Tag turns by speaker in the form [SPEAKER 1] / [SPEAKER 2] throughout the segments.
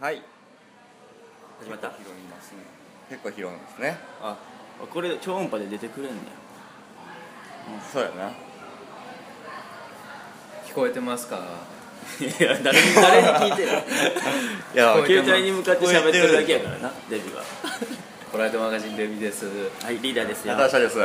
[SPEAKER 1] はい
[SPEAKER 2] 始まった
[SPEAKER 1] 結構拾いますね結構拾うんですね
[SPEAKER 2] あこれ超音波で出てくれんね
[SPEAKER 1] そうやな
[SPEAKER 3] 聞こえてますか
[SPEAKER 2] やいや誰に誰に聞い てる
[SPEAKER 1] いや
[SPEAKER 3] 聞こえ
[SPEAKER 2] 携
[SPEAKER 3] てます
[SPEAKER 2] 帯に向かって喋ってるだけやからなデビは
[SPEAKER 3] トライトマガジンデビです
[SPEAKER 2] はいリーダーですよ
[SPEAKER 1] ナターシャです
[SPEAKER 2] い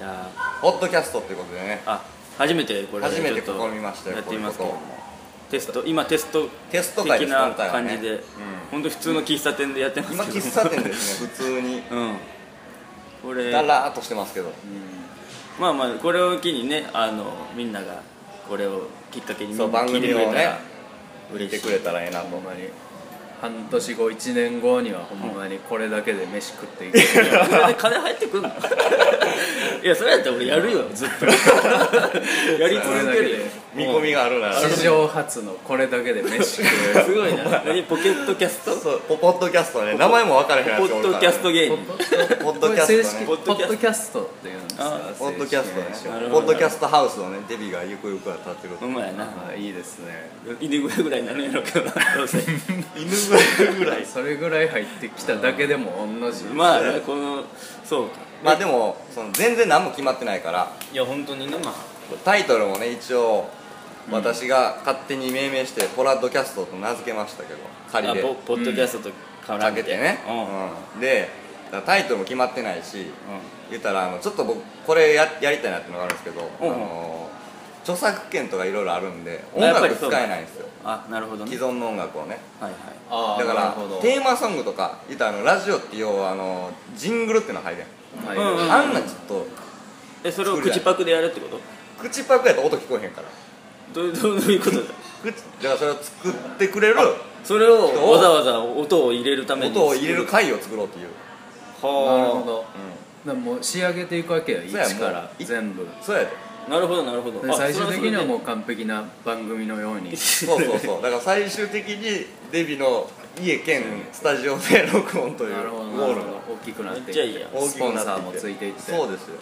[SPEAKER 2] や
[SPEAKER 1] ポッドキャストってことでね
[SPEAKER 2] あ初めてこれ
[SPEAKER 1] 初めて
[SPEAKER 2] ち
[SPEAKER 1] 試
[SPEAKER 2] ょっと
[SPEAKER 1] みましたよ
[SPEAKER 2] やってみますけ
[SPEAKER 1] こうい
[SPEAKER 2] ど
[SPEAKER 1] うことを
[SPEAKER 2] テスト今テスト
[SPEAKER 1] テスト会で
[SPEAKER 2] 的
[SPEAKER 1] す
[SPEAKER 2] な
[SPEAKER 1] 今回は
[SPEAKER 2] 感
[SPEAKER 1] ね
[SPEAKER 2] じで、
[SPEAKER 1] うん
[SPEAKER 2] 本当普通の喫茶店でやってますけ
[SPEAKER 1] 今
[SPEAKER 2] ど
[SPEAKER 1] 喫茶店ですね普通に
[SPEAKER 2] うんこれ
[SPEAKER 1] だらーっとしてますけど
[SPEAKER 2] まあまあこれを機にねあのみんながこれをきっかけにみん
[SPEAKER 1] そう
[SPEAKER 2] な
[SPEAKER 1] 番
[SPEAKER 2] 聞いて
[SPEAKER 1] 組
[SPEAKER 2] くれ
[SPEAKER 1] を
[SPEAKER 2] た
[SPEAKER 1] ね
[SPEAKER 2] ら
[SPEAKER 1] 見
[SPEAKER 2] 嬉
[SPEAKER 1] て
[SPEAKER 2] しい
[SPEAKER 1] くれたらええなと
[SPEAKER 3] ほん
[SPEAKER 1] 思
[SPEAKER 3] まに半年後1年後にはほんまにこれだけで飯食 っていく
[SPEAKER 2] それで金入ってくんの いやそれやったら俺やるよずっ とやり
[SPEAKER 3] これ
[SPEAKER 2] 続
[SPEAKER 3] だ
[SPEAKER 2] け
[SPEAKER 3] け
[SPEAKER 2] る
[SPEAKER 3] で
[SPEAKER 2] よ
[SPEAKER 1] 見込みがあるな
[SPEAKER 3] 史上初のこれだけ で飯食える
[SPEAKER 2] すごいな何ポケットキャスト
[SPEAKER 1] そうポポッドキャストね名前も分からへんやつ
[SPEAKER 2] ポ
[SPEAKER 1] おる
[SPEAKER 2] ッ
[SPEAKER 1] から
[SPEAKER 2] ドキャスト芸人
[SPEAKER 1] ポッドキャ
[SPEAKER 3] 正
[SPEAKER 1] スト
[SPEAKER 3] 式
[SPEAKER 1] ね
[SPEAKER 3] ポッドキャストっていうんですか
[SPEAKER 2] あ
[SPEAKER 1] ポッドキャストね
[SPEAKER 3] 正式名称
[SPEAKER 2] なるほ
[SPEAKER 1] ポ
[SPEAKER 2] ど
[SPEAKER 1] ッドキャストハウスをねデビがゆくゆくは立ってる
[SPEAKER 2] うまいな
[SPEAKER 3] あいいですね
[SPEAKER 2] 犬小屋ぐらいになるんやろうけどなどうせ
[SPEAKER 1] 犬ぐらいぐらい
[SPEAKER 3] それぐらい入ってきただけでも同じ
[SPEAKER 2] まあねこのそうか
[SPEAKER 1] まあでもその全然何も決まってないから
[SPEAKER 2] いや本当にねまあ
[SPEAKER 1] タイトルもね一応私が勝手に命名してポラッドキャストと名付けましたけど仮
[SPEAKER 2] あ
[SPEAKER 1] で
[SPEAKER 2] ポポッドキャストと絡
[SPEAKER 1] か
[SPEAKER 2] ん
[SPEAKER 1] け
[SPEAKER 2] で
[SPEAKER 1] てね
[SPEAKER 2] うんうん
[SPEAKER 1] うんでだからタイトルも決まってないし言ったらあのちょっと僕これややりたいなってのがあるんですけどあ
[SPEAKER 2] うんうん
[SPEAKER 1] の著作権とかいろいろあるんで音
[SPEAKER 2] あやっぱり
[SPEAKER 1] 楽
[SPEAKER 2] そ
[SPEAKER 1] 使
[SPEAKER 2] う
[SPEAKER 1] えないんですよ
[SPEAKER 2] あなるほど
[SPEAKER 1] 既
[SPEAKER 2] ね
[SPEAKER 1] 存の音楽をね
[SPEAKER 2] はいはい
[SPEAKER 3] あ
[SPEAKER 1] だからテーマソングとか言ったらあのラジオって要はあのジングルっていうの入る
[SPEAKER 3] はい
[SPEAKER 2] うん
[SPEAKER 1] やんあんなんちょっと
[SPEAKER 2] えそれを口パクでやるってこと
[SPEAKER 1] 口パクやと音聞こえへんから
[SPEAKER 2] どうどういうことだ
[SPEAKER 1] 口だからそれを作ってくれる
[SPEAKER 2] それをわざわざ音を入れるために
[SPEAKER 1] 音を入れる回を作ろうっていう、
[SPEAKER 3] なる
[SPEAKER 2] は
[SPEAKER 3] ほどだからもう仕上げていくわけよ一
[SPEAKER 1] そうや
[SPEAKER 3] から
[SPEAKER 1] もうい
[SPEAKER 3] 全部
[SPEAKER 1] そうやで
[SPEAKER 2] あなるほどなるほど
[SPEAKER 3] で
[SPEAKER 2] あ
[SPEAKER 3] 最終的にはも
[SPEAKER 2] う
[SPEAKER 3] う完璧な番組のように
[SPEAKER 1] そうそうそうだから最終的にデビの家兼スタジオで録音というウ
[SPEAKER 3] なるほど
[SPEAKER 1] ォ
[SPEAKER 3] なる
[SPEAKER 1] ール
[SPEAKER 3] ほ
[SPEAKER 1] が
[SPEAKER 3] ど大きくなって
[SPEAKER 2] めっちゃいいや
[SPEAKER 1] 大き
[SPEAKER 3] ス
[SPEAKER 1] く
[SPEAKER 3] ポン
[SPEAKER 1] な
[SPEAKER 3] サ
[SPEAKER 1] っ
[SPEAKER 3] ー
[SPEAKER 1] て
[SPEAKER 3] もついていって
[SPEAKER 1] そうですよ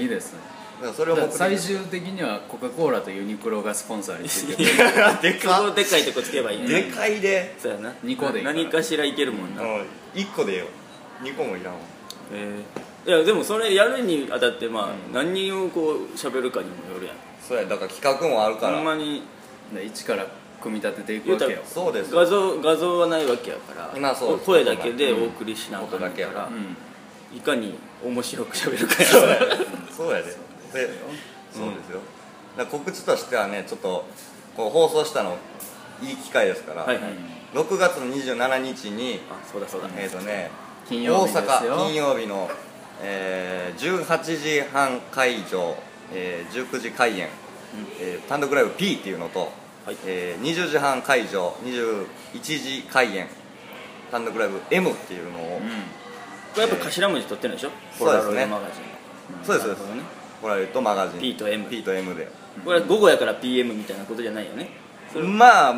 [SPEAKER 3] いいですね
[SPEAKER 1] だからそれ
[SPEAKER 3] だ
[SPEAKER 1] を
[SPEAKER 3] か
[SPEAKER 1] 目
[SPEAKER 3] ら
[SPEAKER 1] 的
[SPEAKER 3] 最終的にはコカ・コーラとユニクロがスポンサーにつ いてる
[SPEAKER 1] で
[SPEAKER 2] そ
[SPEAKER 1] か
[SPEAKER 2] こでっかいとこつけばいい
[SPEAKER 1] っ
[SPEAKER 2] ね
[SPEAKER 1] でかいで、
[SPEAKER 2] そうやな
[SPEAKER 3] 二個でいいから
[SPEAKER 2] 何かしらいけるもん
[SPEAKER 1] う
[SPEAKER 2] な、
[SPEAKER 1] ん、1個でええよ2個もいらんわ
[SPEAKER 2] えーいやでもそれやるにあたってまあ、何をこう喋るかにもよるやん
[SPEAKER 1] そうやだから企画もあるか
[SPEAKER 2] ほん
[SPEAKER 1] ら
[SPEAKER 2] まに
[SPEAKER 3] で一から組み立てていくわけ
[SPEAKER 2] 言
[SPEAKER 3] よ
[SPEAKER 2] う
[SPEAKER 1] そうです
[SPEAKER 2] 画像画像はないわけやから、
[SPEAKER 1] まあそうです
[SPEAKER 2] 声だけでお送りしなあかん
[SPEAKER 1] 音だけやから
[SPEAKER 3] うん
[SPEAKER 2] いかに面白く喋るかや
[SPEAKER 1] そうや
[SPEAKER 2] な
[SPEAKER 1] でそうやででそうですよ、だから告知としてはねちょっとこう放送したのいい機会ですから、
[SPEAKER 2] はいはい、
[SPEAKER 1] 6月の27日に
[SPEAKER 2] あそうだそうだ、
[SPEAKER 1] えっ、ー、とね
[SPEAKER 3] 金曜日ですよ
[SPEAKER 1] 大阪金曜日の、えー、18時半会場、えー、19時開演、えー単独ライブ P っていうのと、
[SPEAKER 2] はい
[SPEAKER 1] えー20時半会場21時開演単独ライブ M っていうのを、
[SPEAKER 2] これやっぱ頭文字取ってるんでしょ、
[SPEAKER 1] そ
[SPEAKER 2] ポ
[SPEAKER 1] う
[SPEAKER 2] ラ
[SPEAKER 1] で
[SPEAKER 2] ロ
[SPEAKER 1] す
[SPEAKER 2] イ
[SPEAKER 1] ね
[SPEAKER 2] ドマガジン
[SPEAKER 1] そうですそうで
[SPEAKER 2] なる
[SPEAKER 1] す
[SPEAKER 2] ほどね
[SPEAKER 1] ポラロイドマガジン
[SPEAKER 2] P と M
[SPEAKER 1] P と M で
[SPEAKER 2] これは午後やから PM みたいなことじゃないよねそれ
[SPEAKER 1] まあ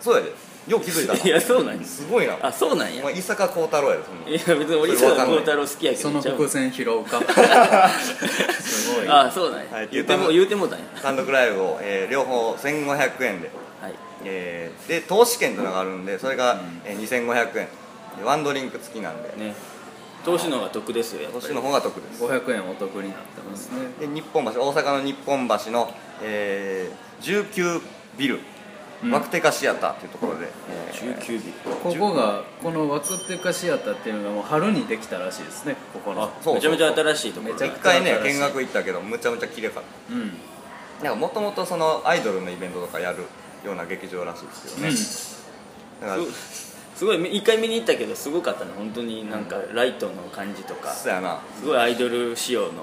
[SPEAKER 1] そうやでよう気づいた
[SPEAKER 2] い
[SPEAKER 1] な
[SPEAKER 2] やそうなんです
[SPEAKER 1] すごいな
[SPEAKER 2] あそうなんや
[SPEAKER 1] お前伊坂幸太郎やでそんない
[SPEAKER 2] や別に俺伊
[SPEAKER 1] それわ
[SPEAKER 2] 坂
[SPEAKER 1] かんない
[SPEAKER 2] 幸太郎好きやけど
[SPEAKER 3] その
[SPEAKER 2] ちゃう
[SPEAKER 3] 伏線拾うか すごい
[SPEAKER 2] あそうなんや、
[SPEAKER 1] はい
[SPEAKER 2] 言うても言うてもうたんや
[SPEAKER 1] 単独ライブを、えー両方1500円で
[SPEAKER 2] はい
[SPEAKER 1] えーで投資券というのがあるんでそれが、えー2500円でワンドリンク付きなんで
[SPEAKER 2] ね投資の方が得ですよやっぱ
[SPEAKER 1] 投
[SPEAKER 2] り
[SPEAKER 1] 資の方が得です
[SPEAKER 3] 500円お得になってますね
[SPEAKER 1] で日本橋大阪の日本橋の、えー19ビル、
[SPEAKER 3] うん
[SPEAKER 1] ワクテカシアターっていうところで、えー
[SPEAKER 2] 19ビ
[SPEAKER 3] ここがこのワクテカシアターっていうのがもう春にできたらしいですねここの
[SPEAKER 2] あ
[SPEAKER 1] そうそうそう
[SPEAKER 2] めちゃめちゃ新しいところ
[SPEAKER 3] めちゃ
[SPEAKER 1] 一
[SPEAKER 3] く
[SPEAKER 1] 回ね見学行ったけどむちゃむちゃ綺麗かっ
[SPEAKER 3] うん、
[SPEAKER 1] たなんかもともとそのアイドルのイベントとかやるような劇場らしいですよね、だから
[SPEAKER 2] すごいみ一回見に行ったけどすごかったね本当になんかライトの感じとかす
[SPEAKER 1] そうやな
[SPEAKER 2] ごいアイドル仕様の
[SPEAKER 1] うん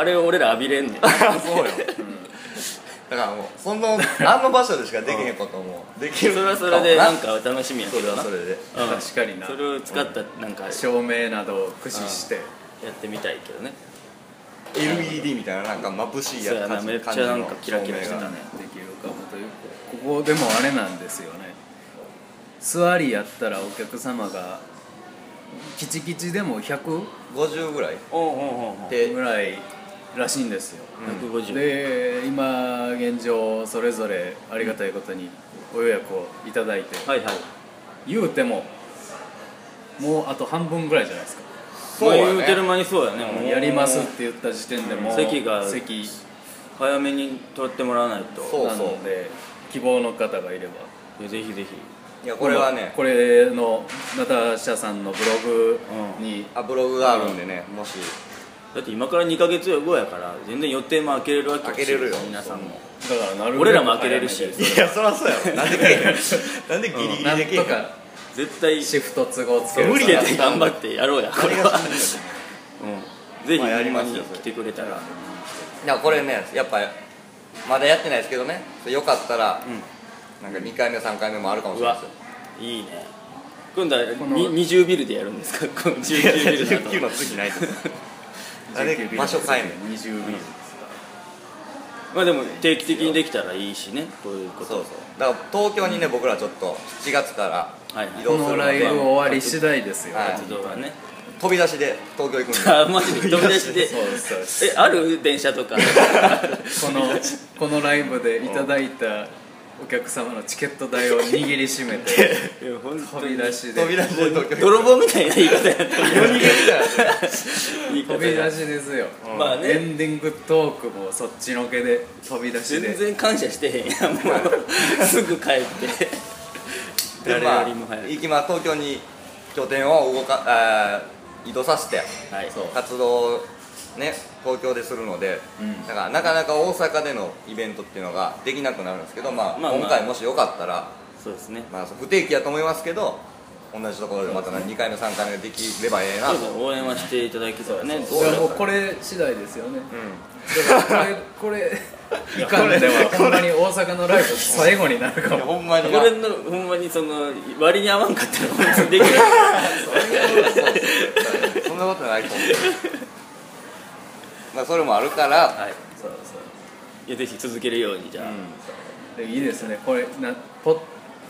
[SPEAKER 2] あれを俺ら浴びれんねん
[SPEAKER 1] そうよ、だからもうそのあの場所でしかできへんこともできる
[SPEAKER 2] それはそれでなん
[SPEAKER 1] か
[SPEAKER 2] か楽しみや
[SPEAKER 1] そ
[SPEAKER 2] け
[SPEAKER 1] れ
[SPEAKER 2] ど
[SPEAKER 1] は
[SPEAKER 2] な
[SPEAKER 1] それで
[SPEAKER 2] うん
[SPEAKER 3] 確かにな
[SPEAKER 2] それを使ったなんかや
[SPEAKER 3] 照明などを駆使して
[SPEAKER 2] ってみたいけどね
[SPEAKER 1] LED みたいななんか眩しい
[SPEAKER 2] そうや
[SPEAKER 1] や
[SPEAKER 2] な
[SPEAKER 1] 感じ
[SPEAKER 2] めっちゃなんかキラキラしてたね
[SPEAKER 3] できるかもというここでもあれなんですよね座りやったらお客様がキチキチでも100
[SPEAKER 1] 50ぐらい
[SPEAKER 2] おうおうおうおう
[SPEAKER 1] で
[SPEAKER 3] ぐらいらしいんですよ
[SPEAKER 2] 150
[SPEAKER 3] で今現状それぞれありがたいことにお予約をいただいて
[SPEAKER 2] はいはい
[SPEAKER 3] 言うてももうあと半分ぐらいじゃないですか
[SPEAKER 1] そうやね
[SPEAKER 2] も言うてる間にそうやねもう
[SPEAKER 3] やりますって言った時点でもう
[SPEAKER 2] 席が
[SPEAKER 3] 席
[SPEAKER 2] 早めに取ってもらわないと
[SPEAKER 1] そう
[SPEAKER 3] なので希望の方がいれば
[SPEAKER 2] いやぜひぜひ
[SPEAKER 1] いやこれはね
[SPEAKER 3] これのナタシャさんのブログに
[SPEAKER 1] あブログがあるんでねもし
[SPEAKER 2] だって今から2ヶ月後やから全然予定も開けれるわけやし
[SPEAKER 1] 開けれるよ
[SPEAKER 2] 皆さんも
[SPEAKER 3] だからなるべく
[SPEAKER 2] 俺らも開けれるし
[SPEAKER 3] 早め
[SPEAKER 1] いやそりゃそうやろ なんでけえへんなんでギリギリ
[SPEAKER 3] で
[SPEAKER 1] でけえへ
[SPEAKER 3] なんんとか
[SPEAKER 2] 絶対
[SPEAKER 3] シフト都合つける
[SPEAKER 2] 無理で頑張
[SPEAKER 3] って
[SPEAKER 2] ってやろうやこれはうんぜひ
[SPEAKER 1] まあやり
[SPEAKER 2] 今
[SPEAKER 1] ますよ
[SPEAKER 2] に来てくれたら
[SPEAKER 1] いやこれねやっぱまだやってないですけどねよかったら、なんか2回目3回目もあるかもし
[SPEAKER 2] う
[SPEAKER 1] れな
[SPEAKER 2] わ
[SPEAKER 1] いですよ
[SPEAKER 2] いいね今度は
[SPEAKER 3] この
[SPEAKER 2] に20ビルでやるんですかこの19ビルの後
[SPEAKER 1] 19の次 ないですあれ場所変えんねん
[SPEAKER 3] 20ビル
[SPEAKER 2] まあでも定期的にできたらいいしねこういうこと
[SPEAKER 1] そうそうだから東京にね僕らちょっと7月から
[SPEAKER 2] はいはい
[SPEAKER 1] 移
[SPEAKER 3] こ
[SPEAKER 1] 動す
[SPEAKER 3] の
[SPEAKER 1] るの
[SPEAKER 3] ライ
[SPEAKER 1] で、
[SPEAKER 3] ブ終わり次第ですよ、
[SPEAKER 1] はい
[SPEAKER 2] 活動はね
[SPEAKER 1] 飛び出しで東京行くんで
[SPEAKER 2] あマジで飛び出しで
[SPEAKER 3] そうですそうです
[SPEAKER 2] えある電車とか
[SPEAKER 3] この このライブでいただいたお客様のチケット代を握りしめて
[SPEAKER 2] いや本当
[SPEAKER 3] 飛び
[SPEAKER 2] に
[SPEAKER 3] 出しで
[SPEAKER 1] 飛び出しで東京行く
[SPEAKER 2] 泥棒みたいな言い方やった
[SPEAKER 1] 夜逃げみたいな
[SPEAKER 2] 言い方
[SPEAKER 3] 飛び
[SPEAKER 2] や
[SPEAKER 3] 出しですよ、
[SPEAKER 2] まあね
[SPEAKER 3] エンディングトークもそっちのけで飛び出しで
[SPEAKER 2] 全然感謝してへんやんもうすぐ帰って
[SPEAKER 1] で
[SPEAKER 2] 誰
[SPEAKER 1] まあ
[SPEAKER 2] よりも早く
[SPEAKER 1] 行きま東京に拠点を動かあー移動させて
[SPEAKER 2] はい
[SPEAKER 3] そう
[SPEAKER 1] 活動をね東京でするので、
[SPEAKER 3] うん
[SPEAKER 1] だからなかなか大阪でのイベントっていうのができなくなるんですけど、まあ
[SPEAKER 2] まあまあ
[SPEAKER 1] 今回もしよかったら、
[SPEAKER 2] そうですね
[SPEAKER 1] まあ、不定期やと思いますけど同じところでまた2回目3回目できればええな
[SPEAKER 2] ど
[SPEAKER 1] と
[SPEAKER 2] うぞ応援はしていただけたらね
[SPEAKER 1] そう
[SPEAKER 3] い
[SPEAKER 1] そう
[SPEAKER 3] やもうこれ次第ですよね
[SPEAKER 1] う
[SPEAKER 3] だからこれこれいかんではほんまに大阪のライブ最後になるか
[SPEAKER 1] んいや
[SPEAKER 3] も
[SPEAKER 1] ほんま
[SPEAKER 2] こ
[SPEAKER 1] にな
[SPEAKER 2] れのほんまにその割に合わんかったら本当にできない
[SPEAKER 1] そんなことないと 思うまあそれもあるから、
[SPEAKER 2] はい
[SPEAKER 3] そうそ
[SPEAKER 2] いやぜひ続けるようにじゃあ、
[SPEAKER 3] うでいいですねこれなポッ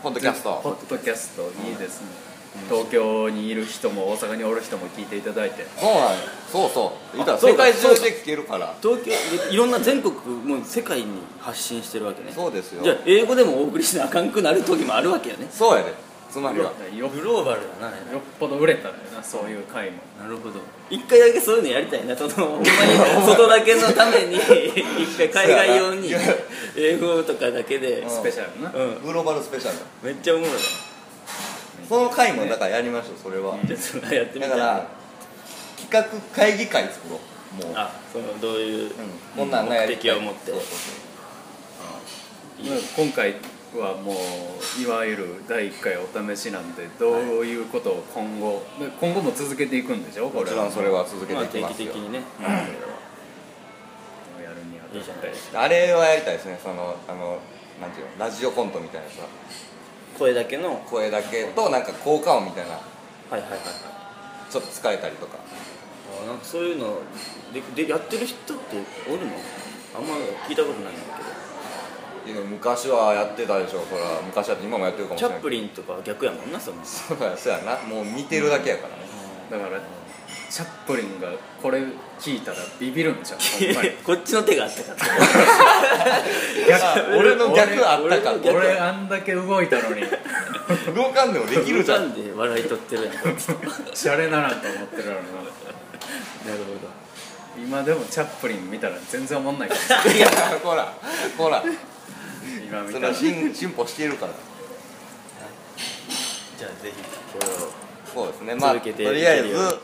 [SPEAKER 1] ポッドキャス
[SPEAKER 3] ポ
[SPEAKER 1] ト
[SPEAKER 3] ッドキャストいいですね、東京にいる人も大阪におる人も聞いていただいて
[SPEAKER 1] そうなんよそうそう言ったら
[SPEAKER 2] あそ
[SPEAKER 1] 世
[SPEAKER 2] うか
[SPEAKER 1] 界中で聞けるから
[SPEAKER 2] 東京いいろんな全国もう世界に発信してるわけね
[SPEAKER 1] そうですよ
[SPEAKER 2] じゃあ英語でもお送りしなあかんくなる時もあるわけやね
[SPEAKER 1] そうやでつまりは
[SPEAKER 3] よ
[SPEAKER 2] グローバルだな
[SPEAKER 3] よっぽど売れたらやなそういう回も
[SPEAKER 2] なるほど一回だけそういうのやりたいな そのほんまに外だけのために 一回海外用 に
[SPEAKER 1] そうやな
[SPEAKER 2] 英語とかだけで
[SPEAKER 1] ん
[SPEAKER 3] スペシャルな、
[SPEAKER 2] うん
[SPEAKER 1] グローバルスペシャル
[SPEAKER 2] めっちゃおもろい
[SPEAKER 1] その回もだからやりましょうそれは、
[SPEAKER 2] じゃあそれやってみた
[SPEAKER 1] だか
[SPEAKER 2] い
[SPEAKER 1] ら企画会議会作ろうもう、
[SPEAKER 2] あそのどう
[SPEAKER 1] う
[SPEAKER 2] いう、
[SPEAKER 1] ん、こんなんなんやり
[SPEAKER 2] 目的を持って
[SPEAKER 1] そうそう
[SPEAKER 2] いい
[SPEAKER 3] まあ今回はもういわゆる第1回お試しなんでどういうことを今後、で今後も続けていくんでし
[SPEAKER 1] そ
[SPEAKER 3] ょ
[SPEAKER 1] うも
[SPEAKER 3] これ
[SPEAKER 1] ちろんそれは続け
[SPEAKER 2] ま
[SPEAKER 1] て
[SPEAKER 2] あ
[SPEAKER 1] いき
[SPEAKER 2] 定
[SPEAKER 1] ま
[SPEAKER 2] 期
[SPEAKER 1] す
[SPEAKER 2] 的
[SPEAKER 1] よ、
[SPEAKER 2] にね
[SPEAKER 3] やるにあ
[SPEAKER 2] いいじゃ
[SPEAKER 3] たっ
[SPEAKER 2] ない
[SPEAKER 3] て
[SPEAKER 2] ですか
[SPEAKER 1] あ、れはやりたいですねそのあのなんていうのラジオコントみたいなさ
[SPEAKER 2] 声だけのはい
[SPEAKER 1] 声だけとなんか効果音みたいな
[SPEAKER 2] はいはいはい
[SPEAKER 1] ちょっと使えたりとか
[SPEAKER 2] あなんかそういうのででやってる人っておるのあんま聞いたことないんだけ
[SPEAKER 1] いや昔はやってたでしょそれは昔はって今もやってるか
[SPEAKER 2] ど
[SPEAKER 1] もし
[SPEAKER 2] チ
[SPEAKER 1] れ
[SPEAKER 2] ャ
[SPEAKER 1] ない
[SPEAKER 2] ップリンとかは逆やもんなその
[SPEAKER 1] そうや そうやなもう見てるだけやからね、
[SPEAKER 3] だからチャップリンがこれ聞いたらビビるんじゃんほんまに
[SPEAKER 2] こっちの手があったから
[SPEAKER 1] 逆俺の逆あったか
[SPEAKER 2] 俺の逆
[SPEAKER 3] 俺あんだけ動いたのに
[SPEAKER 1] 動かんでもできるじゃ
[SPEAKER 2] なんんで笑い取ってるやんなる
[SPEAKER 3] シャレならんと思ってるのに
[SPEAKER 2] ほ
[SPEAKER 3] 今でもチャップリン見たら全然思んないけど
[SPEAKER 1] いや ほらほら
[SPEAKER 3] 今見
[SPEAKER 1] そ
[SPEAKER 3] た
[SPEAKER 1] れ
[SPEAKER 3] ら
[SPEAKER 1] は進進歩しているから
[SPEAKER 2] どじゃあぜひこれを
[SPEAKER 1] そうですねまあ
[SPEAKER 2] 続けて
[SPEAKER 1] とりあえ
[SPEAKER 2] いけ
[SPEAKER 1] ず
[SPEAKER 2] るように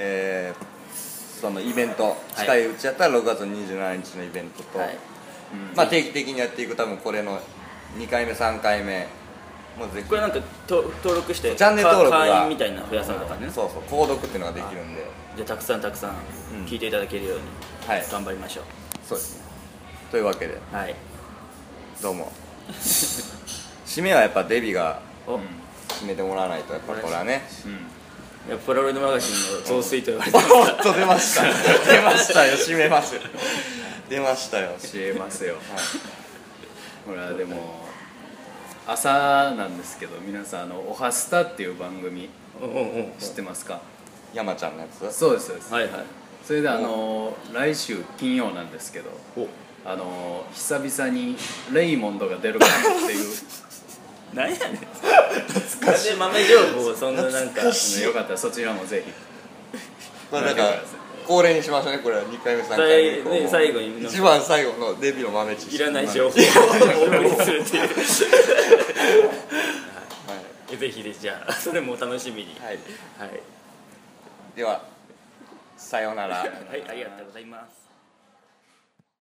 [SPEAKER 1] えーそのイベント
[SPEAKER 2] い
[SPEAKER 1] 近いうちやったら6月27日のイベントと、
[SPEAKER 2] はい
[SPEAKER 1] まあ定期的にやっていく多分これの2回目3回目もうぜひ
[SPEAKER 2] これなんかと登録して
[SPEAKER 1] チャンネル登録が
[SPEAKER 2] か会員みたいなの増やさなあかんね
[SPEAKER 1] そうそう購読っていうのができるんで
[SPEAKER 2] じゃあたくさんたくさん
[SPEAKER 1] うん
[SPEAKER 2] 聞いていただけるように
[SPEAKER 1] はい
[SPEAKER 2] 頑張りましょ
[SPEAKER 1] そうですねというわけで
[SPEAKER 2] うはい
[SPEAKER 1] どう も締めはやっぱデビが
[SPEAKER 2] お
[SPEAKER 3] ん
[SPEAKER 1] 締めてもらわないとやっぱこれはね
[SPEAKER 3] う
[SPEAKER 2] いやポラロイドマガジンの増水と言われて
[SPEAKER 1] お
[SPEAKER 2] ますか
[SPEAKER 1] っと出ました出ましたよ締めますよ出ましたよ
[SPEAKER 3] ん、教えますよほらでも朝なんですけど皆さんあの「おはスタ」っていう番組
[SPEAKER 2] らうんうんうん
[SPEAKER 3] 知ってますか
[SPEAKER 1] 山ちゃんのやつ
[SPEAKER 3] そうですそうです、
[SPEAKER 2] はいはい
[SPEAKER 3] それであの来週金曜なんですけど
[SPEAKER 2] お
[SPEAKER 3] あの久々にレイモンドが出るかもっていう
[SPEAKER 2] 何やねんなんで豆情報をそんななんか
[SPEAKER 3] よかったらそちらもぜひ
[SPEAKER 1] まあなんか恒例にしましょうねこれは2回目3回目以降も
[SPEAKER 2] 最ね最後に
[SPEAKER 1] 一番最後のデビューの豆知識
[SPEAKER 2] いらない情報をお送りするって
[SPEAKER 1] はい
[SPEAKER 2] いう ぜひぜひじゃあそれもお楽しみに
[SPEAKER 1] はい、
[SPEAKER 2] はい、
[SPEAKER 1] ではさようなら
[SPEAKER 2] はい、ありがとうございます